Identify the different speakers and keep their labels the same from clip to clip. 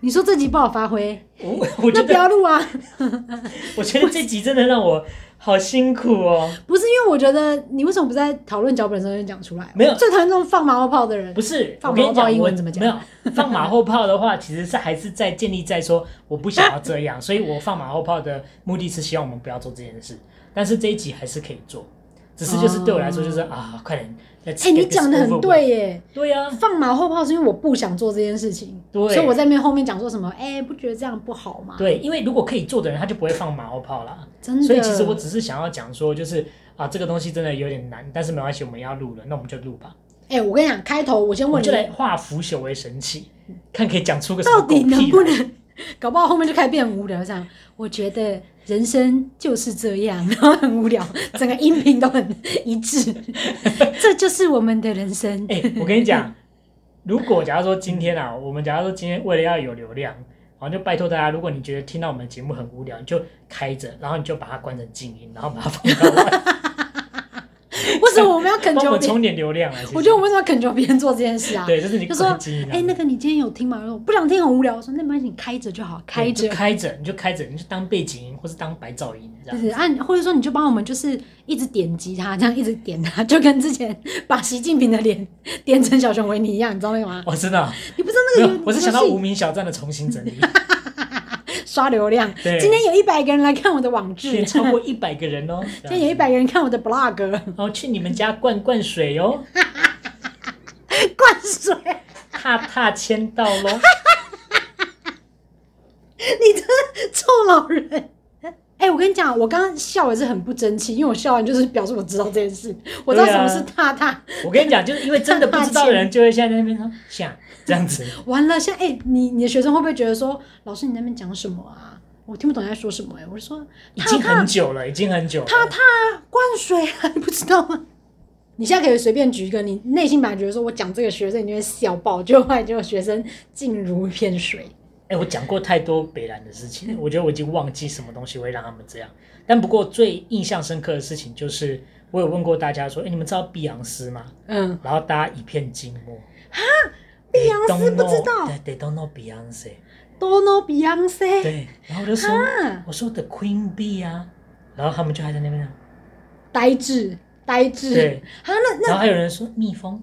Speaker 1: 你说这集不好发挥，
Speaker 2: 我 我觉
Speaker 1: 那不要
Speaker 2: 得
Speaker 1: 录啊！
Speaker 2: 我觉得这集真的让我好辛苦哦。
Speaker 1: 不是因为我觉得你为什么不在讨论脚本的时候就讲出来？
Speaker 2: 没有
Speaker 1: 我最讨厌那种放马后炮的人
Speaker 2: 不。是，
Speaker 1: 放
Speaker 2: 我跟你
Speaker 1: 马后炮
Speaker 2: 讲，
Speaker 1: 英
Speaker 2: 我
Speaker 1: 文怎么讲
Speaker 2: 没有放马后炮的话，其实是还是在建立在说我不想要这 样，所以我放马后炮的目的是希望我们不要做这件事。但是这一集还是可以做，只是就是对我来说就是、啊，快点
Speaker 1: 哦
Speaker 2: ，Let's
Speaker 1: 哎、你讲的很对，耶！
Speaker 2: 对呀、啊，
Speaker 1: 放马后炮是因为我不想做这件事情，
Speaker 2: 对
Speaker 1: 所以我在面后面讲说什么，哎、不觉得这样不好吗？
Speaker 2: 对，因为如果可以做的人，他就不会放马后炮啦。
Speaker 1: 真的。
Speaker 2: 所以其实我只是想要讲说，就是啊，这个东西真的有点难，但是没关系，我们要录了，那我们就录吧。
Speaker 1: 哎、我跟你讲，开头我先
Speaker 2: 我
Speaker 1: 问
Speaker 2: 们
Speaker 1: 你
Speaker 2: 就，来化腐朽为神奇，看可以讲出个什么
Speaker 1: 到底
Speaker 2: 狗屁来
Speaker 1: 能不能？搞不好后面就开始变无聊，这样我觉得人生就是这样， 然后很无聊，整个音频都很一 致，这就是我们的人生。
Speaker 2: 哎、我跟你讲，如果假如说今天啊，我们假如说今天为了要有流量，然后就拜托大家，如果你觉得听到我们的节目很无聊，你就开着，然后你就把它关成静音，然后把 它放到外，
Speaker 1: 为什么我们要恳
Speaker 2: 帮
Speaker 1: 求
Speaker 2: 我们
Speaker 1: 别人？
Speaker 2: 充点流量啊！谢谢
Speaker 1: 我觉得我们为什么要恳求别人做这件事啊？
Speaker 2: 对，就是你
Speaker 1: 就说
Speaker 2: 关静音、啊。
Speaker 1: 哎、那个你今天有听吗？我说我不想听，很无聊。我说那没关系，你开着就好，开
Speaker 2: 对就
Speaker 1: 着。
Speaker 2: 开着，你就开着，你就当背景音或是当白噪音这
Speaker 1: 就
Speaker 2: 样。
Speaker 1: 是按、或者说你就帮我们就是一直点击它，这样一直点它，就跟之前把习近平的脸 点成小熊维尼一样，你知道那 个吗？
Speaker 2: 我知道，
Speaker 1: 你不知道
Speaker 2: 啊没
Speaker 1: 那个
Speaker 2: 有
Speaker 1: 有，
Speaker 2: 我是
Speaker 1: 游
Speaker 2: 想到
Speaker 1: 戏
Speaker 2: 无名小站的重新 整理，
Speaker 1: 刷流量。
Speaker 2: 对
Speaker 1: 今天有一百个人来看我的网志，
Speaker 2: 也
Speaker 1: 今
Speaker 2: 超过一百个人哦。这样
Speaker 1: 天有一百个人看我的 blog，
Speaker 2: 然后去你们家灌灌水哦，
Speaker 1: 灌水，
Speaker 2: 踏踏签到喽。
Speaker 1: 你这臭老人！哎、我跟你讲，我刚刚笑也是很不争气，因为我笑完就是表示我知道这件事，我知道
Speaker 2: 对
Speaker 1: 什
Speaker 2: 啊
Speaker 1: 么是踏踏。
Speaker 2: 我跟你讲，就是因为真的不知道的人，就会现在在那边说想这样 子。
Speaker 1: 完了，现在哎、你你的学生会不会觉得说，老师你在那边讲什么啊？我听不懂你在说什么哎、我就说
Speaker 2: 已经很久了，已经很久了。
Speaker 1: 踏踏灌水啊，你不知道吗？你现在可以随便举一个，你内心本来觉得说我讲这个学生你就会笑爆，结果后来结果学生静如一片水。
Speaker 2: 哎、我讲过太多北兰的事情，我觉得我已经忘记什么东西会让他们这样。但不过最印象深刻的事情就是，我有问过大家说，哎、你们知道碧昂斯吗？
Speaker 1: 嗯，
Speaker 2: 然后大家一片静默。啊，
Speaker 1: 碧昂斯不知道
Speaker 2: 对，They don't know Beyonce。
Speaker 1: 多 o Beyonce
Speaker 2: 对，然后我就说，
Speaker 1: 啊，
Speaker 2: 我说 The Queen Bee 啊，然后他们就还在那边讲，
Speaker 1: 呆滞呆滞。
Speaker 2: 对，
Speaker 1: 啊，那
Speaker 2: 然
Speaker 1: 那
Speaker 2: 后还有人说蜜蜂，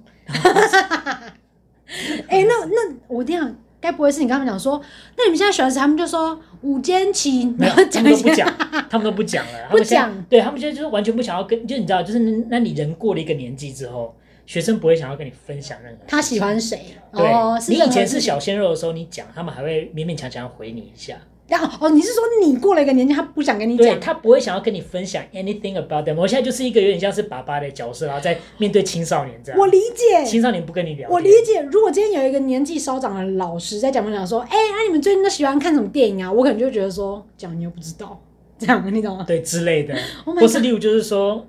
Speaker 1: 哎、那那我这样，该不会是你跟他们讲说，那你们现在喜欢谁？他们就说五间琴，
Speaker 2: 没
Speaker 1: 然
Speaker 2: 有，
Speaker 1: 后
Speaker 2: 他
Speaker 1: 讲
Speaker 2: 们
Speaker 1: 一
Speaker 2: 都不
Speaker 1: 下
Speaker 2: 讲，他们都不讲 了，他们现在
Speaker 1: 不讲
Speaker 2: 对他们现在就是完全不想要跟，就你知道，就是那你人过了一个年纪之后，学生不会想要跟你分享任何事情。
Speaker 1: 他喜欢谁。
Speaker 2: 对，
Speaker 1: 哦，是
Speaker 2: 你
Speaker 1: 任
Speaker 2: 以
Speaker 1: 何
Speaker 2: 前是
Speaker 1: 事
Speaker 2: 小鲜肉的时候，你讲他们还会勉勉强强回你一下，
Speaker 1: 啊哦，你是说你过了一个年纪，他不想跟你
Speaker 2: 对
Speaker 1: 讲？
Speaker 2: 他不会想要跟你分享 anything about them。我现在就是一个有点像是爸爸的角色，然后在面对青少年这样。
Speaker 1: 我理
Speaker 2: 青
Speaker 1: 解，
Speaker 2: 少年不跟你聊天，
Speaker 1: 我理解。如果今天有一个年纪稍长的老师在讲分享说，哎、那、你们最近都喜欢看什么电影啊？我可能就会觉得说，讲你又不知道，这样你懂 吗？
Speaker 2: 对之类的，
Speaker 1: Oh my
Speaker 2: 或是例如就是说，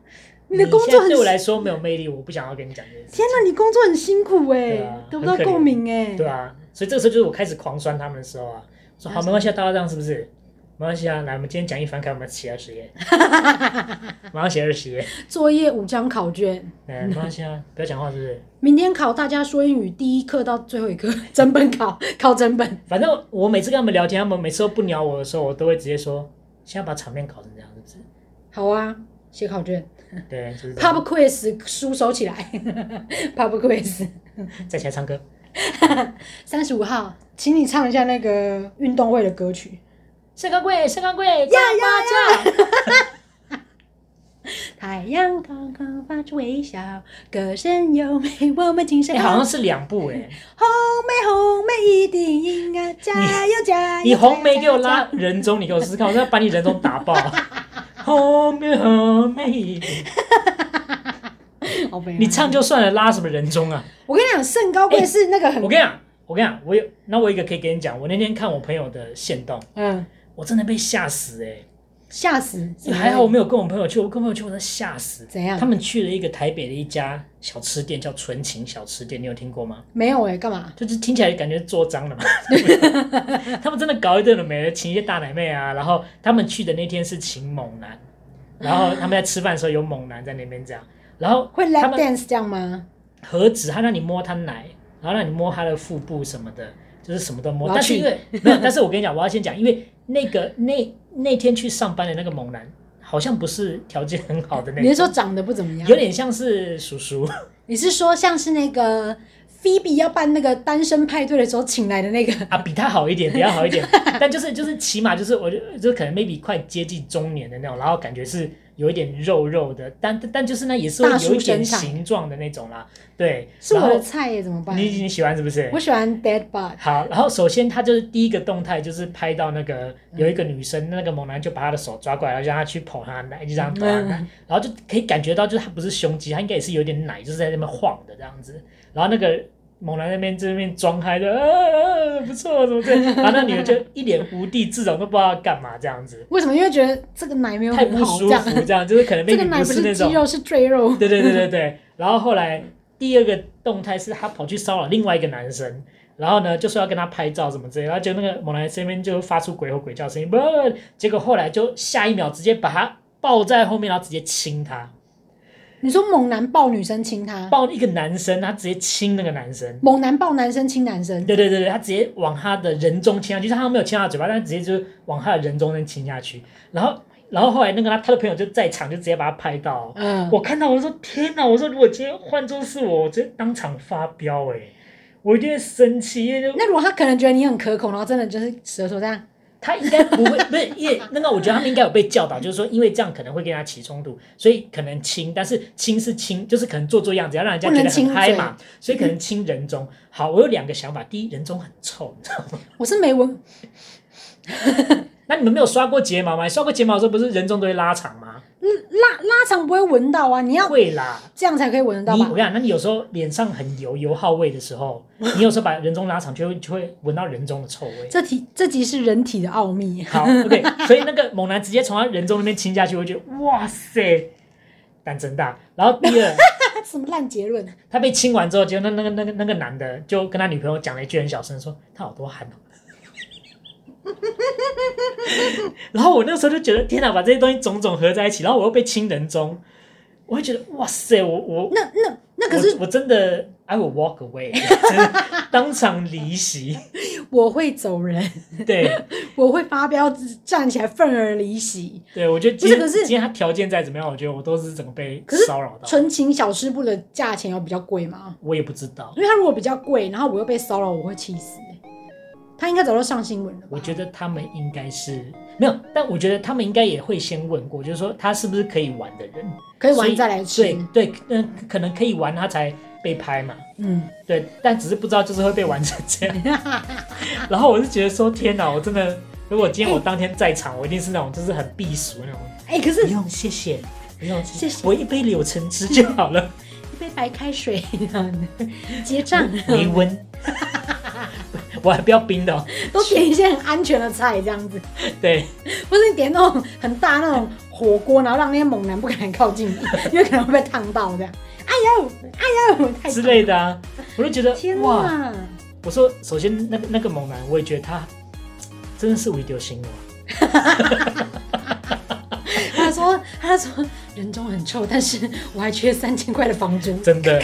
Speaker 1: 你的工作
Speaker 2: 现在
Speaker 1: 很
Speaker 2: 对我来说没有魅力，我不想要跟你讲这件事。
Speaker 1: 天哪，你工作很辛苦哎、
Speaker 2: 对啊
Speaker 1: 得不到
Speaker 2: 很可怜
Speaker 1: 共鸣哎、
Speaker 2: 对啊，所以这个时候就是我开始狂酸他们的时候啊，说好没关系，啊，大家这样是不是？没关系啊，来，我们今天讲义翻开，我们写二 十页，马上写二十页，
Speaker 1: 作业五张考卷，
Speaker 2: 嗯，没关系啊，不要讲话是不是？
Speaker 1: 明天考大家说英语第一课到最后一课，整本考 考整本。
Speaker 2: 反正我每次跟他们聊天，他们每次都不鸟我的时候，我都会直接说，现在把场面搞成这样是不是？
Speaker 1: 好啊，写考卷
Speaker 2: 对，就是这样
Speaker 1: ，pub quiz 书收起来 ，pub quiz
Speaker 2: 再起来唱歌。
Speaker 1: 三十五号，请你唱一下那个运动会的歌曲。
Speaker 2: 盛高贵，盛高贵，呀呀呀！
Speaker 1: 太阳刚刚发出微笑，歌声优美，我们精神
Speaker 2: 哎，好像是两部哎、
Speaker 1: 红梅红梅一定赢啊！加油加油！
Speaker 2: 你红梅
Speaker 1: 加
Speaker 2: 给我
Speaker 1: 油
Speaker 2: 拉！人中，你给我试试看，我要把你人中打 爆。红梅红梅，
Speaker 1: 加油好悲哀
Speaker 2: 你唱就算了，拉什么人中啊？
Speaker 1: 我跟你讲，圣高贵是那个很
Speaker 2: 哎我跟你讲，我跟你讲，我有，那我有一个可以跟你讲，我那天看我朋友的线动，
Speaker 1: 嗯
Speaker 2: 我真的被吓死哎、
Speaker 1: 吓死，
Speaker 2: 哎还好我没有跟我朋友去，我跟朋友去我真的吓死。
Speaker 1: 怎样
Speaker 2: 他们去了一个台北的一家小吃店，叫纯情小吃店，你有听过吗？
Speaker 1: 没有哎，干嘛？
Speaker 2: 就是听起来感觉是做脏 了嘛。他们真的搞一堆了没的，请一些大奶妹啊，然后他们去的那天是请猛男，然后他们在吃饭的时候有猛男在那边这样，然后
Speaker 1: 会
Speaker 2: 他
Speaker 1: lap
Speaker 2: 们
Speaker 1: dance 这样吗？
Speaker 2: 何止他让你摸他奶，然后让你摸他的腹部什么的，就是什么都摸。
Speaker 1: 我要
Speaker 2: 但是
Speaker 1: 去
Speaker 2: 因为 没有，但是我跟你讲，我要先讲，因为那个那那天去上班的那个猛男，好像不是条件很好的那
Speaker 1: 你
Speaker 2: 种，
Speaker 1: 是说长得不怎么样
Speaker 2: 有？点像是叔叔，
Speaker 1: 你是说像是那个 Phoebe 要办那个单身派对的时候请来的那 个？
Speaker 2: 啊，比他好一点，比他好 一点，但就是就是起码就是我就就可能 maybe 快接近中年的那种，然后感觉是有一点肉肉的，但但就是呢也是会
Speaker 1: 大叔
Speaker 2: 有一点
Speaker 1: 身材
Speaker 2: 形状的那种啦。对，
Speaker 1: 是我
Speaker 2: 然
Speaker 1: 的
Speaker 2: 后
Speaker 1: 菜耶，怎么办
Speaker 2: 你？你喜欢是不是？
Speaker 1: 我喜欢 dead bug，
Speaker 2: 好，然后首先他就是第一个动态就是拍到那个有一个女生，那个猛男就把她的手抓过来，然后让她去捧她的奶，就这样捧她的
Speaker 1: 嗯
Speaker 2: 奶，然后就可以感觉到就是她不是胸肌，她应该也是有点奶，就是在那边晃的这样子。然后那个猛男那边在那边装嗨的，呃、啊不错，怎么这？然后那女的就一脸无地自容，都不知道要干嘛这样子，
Speaker 1: 为什么？因为觉得这个奶没有
Speaker 2: 太
Speaker 1: 很
Speaker 2: 不
Speaker 1: 好，这
Speaker 2: 舒
Speaker 1: 样
Speaker 2: 服，这样就是可能
Speaker 1: 这个
Speaker 2: maybe
Speaker 1: 奶不
Speaker 2: 是那
Speaker 1: 是
Speaker 2: 种
Speaker 1: 鸡肉是赘肉。
Speaker 2: 对对对对对。然后后来第二个动态是他跑去骚扰另外一个男生，然后呢就说要跟他拍照什么之类的，然后就那个猛男这边就发出鬼吼鬼叫声音，不，结果后来就下一秒直接把他抱在后面，然后直接亲他，
Speaker 1: 你说猛男抱女生亲他，
Speaker 2: 抱一个男生，他直接亲那个男生。
Speaker 1: 猛男抱男生亲男生，
Speaker 2: 对对对对，他直接往他的人中亲下去，就是他没有亲他的嘴巴，但是直接就是往他的人中间亲下去。然后，然后后来那个他他的朋友就在场，就直接把他拍到、
Speaker 1: 嗯，
Speaker 2: 我看到我说天哪！我说如果今天换作是我，我直接当场发飙哎、我一定会生气，因为就
Speaker 1: 那如果他可能觉得你很可口，然后真的就是舌头这样，
Speaker 2: 他应该不会， 不是因为那个，我觉得他们应该有被教导，就是说因为这样可能会跟他起冲突，所以可能亲，但是亲是亲，就是可能做做样子，要让人家觉得很嗨嘛，所以可能亲人中。好，我有两个想法，第一，人中很臭，你知道吗？
Speaker 1: 我是没闻，
Speaker 2: 那你们没有刷过睫毛吗？刷过睫毛的时候不是人中都会拉长吗？
Speaker 1: 拉拉长不会闻到啊，你要
Speaker 2: 会啦，
Speaker 1: 这样才可以闻得到
Speaker 2: 你我
Speaker 1: 吧
Speaker 2: 跟？你讲，那你有时候脸上很油油耗味的时候，你有时候把人中拉长，就会就会闻到人中的臭味。
Speaker 1: 这题这集是人体的奥秘，
Speaker 2: 好，OK，所以那个猛男直接从他人中那边亲下去，我觉得哇塞，胆真大。然后第 二，
Speaker 1: 那什么烂结论？
Speaker 2: 他被亲完之后，结果那那个那个那个男的就跟他女朋友讲了一句很小声，说他好多汗哦。 然后我那时候就觉得天哪，把这些东西种种合在一起，然后我又被亲人中，我会觉得哇塞，我我
Speaker 1: 那那那可是
Speaker 2: 我我真的 I will walk away，就是 当场离席。
Speaker 1: 我会走人，
Speaker 2: 对
Speaker 1: 我会发飙，站起来愤而离席。
Speaker 2: 对，我觉得今天
Speaker 1: 不是可是
Speaker 2: 今天他条件再怎么样，我觉得我都是整个被
Speaker 1: 可是
Speaker 2: 骚扰到。
Speaker 1: 纯情小吃部的价钱要比较贵吗？
Speaker 2: 我也不知道，
Speaker 1: 因为它如果比较贵，然后我又被骚扰，我会气死、欸。他应该早就上新闻了吧？
Speaker 2: 我觉得他们应该是没有，但我觉得他们应该也会先问过，就是说他是不是可以玩的人，
Speaker 1: 可以
Speaker 2: 所
Speaker 1: 玩再来吃。
Speaker 2: 对对，嗯，可能可以玩他才被拍嘛。
Speaker 1: 嗯，
Speaker 2: 对，但只是不知道就是会被玩成这样。 然后我是觉得说，天哪，我真的，如果今天我当天在场，我一定是那种就是很避俗那种。
Speaker 1: 哎、可
Speaker 2: 不
Speaker 1: 是
Speaker 2: 用，谢谢，不用，
Speaker 1: 谢谢
Speaker 2: 我一杯柳橙汁就 好了，
Speaker 1: 一杯白开水 结账
Speaker 2: 没 温。我还不要冰的、哦，
Speaker 1: 都点一些很安全的菜，这样子，
Speaker 2: 对，
Speaker 1: 不是你点那种很大那种火锅，然后让那些猛男不敢靠近你，因为可能会被烫到这样。哎呦，哎呦，太
Speaker 2: 之类的啊，我就觉得
Speaker 1: 天
Speaker 2: 哇，
Speaker 1: 哪！
Speaker 2: 我说，首先那个那个猛男，我也觉得他真的是无丢心了。哦
Speaker 1: 他说，他说人中很臭，但是我还缺三千块的房租。
Speaker 2: 真的。